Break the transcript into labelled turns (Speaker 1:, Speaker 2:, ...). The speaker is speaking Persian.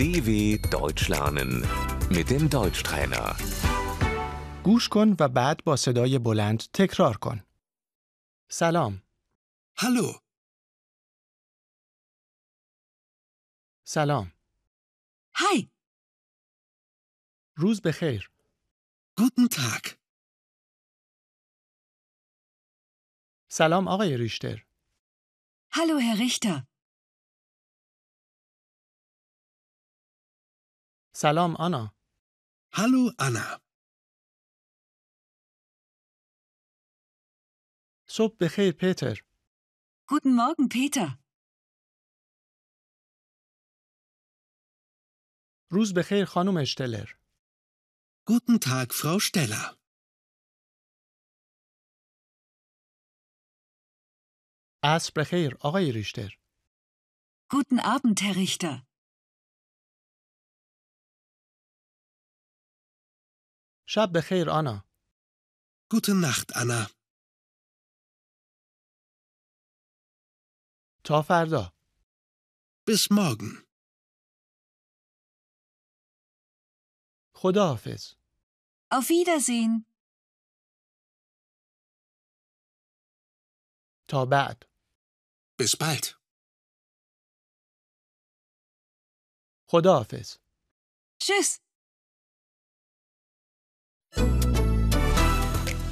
Speaker 1: DW Deutsch lernen mit dem Deutschtrainer.
Speaker 2: گوش کن و بعد با صدای بلند تکرار کن. سلام،
Speaker 3: Hallo,
Speaker 2: سلام.
Speaker 4: Hi,
Speaker 2: روز بخیر.
Speaker 3: guten Tag.
Speaker 2: سلام آقای ریشتر.
Speaker 4: hallo Herr Richter.
Speaker 2: سلام آنا.
Speaker 3: Hallo, Anna.
Speaker 2: صبح بخیر پیتر.
Speaker 4: Guten Morgen, Peter.
Speaker 2: روز بخیر خانم اشتلر.
Speaker 3: Guten Tag, Frau Steller.
Speaker 2: عصر بخیر آقای ریشتر.
Speaker 4: Guten Abend, Herr Richter.
Speaker 2: شب بخیر آنا.
Speaker 3: Gute Nacht, Anna.
Speaker 2: تا فردا.
Speaker 3: Bis morgen.
Speaker 2: خداحافظ.
Speaker 4: Auf Wiedersehen.
Speaker 2: تا بعد.
Speaker 3: Bis bald.
Speaker 2: خداحافظ.
Speaker 4: Tschüss.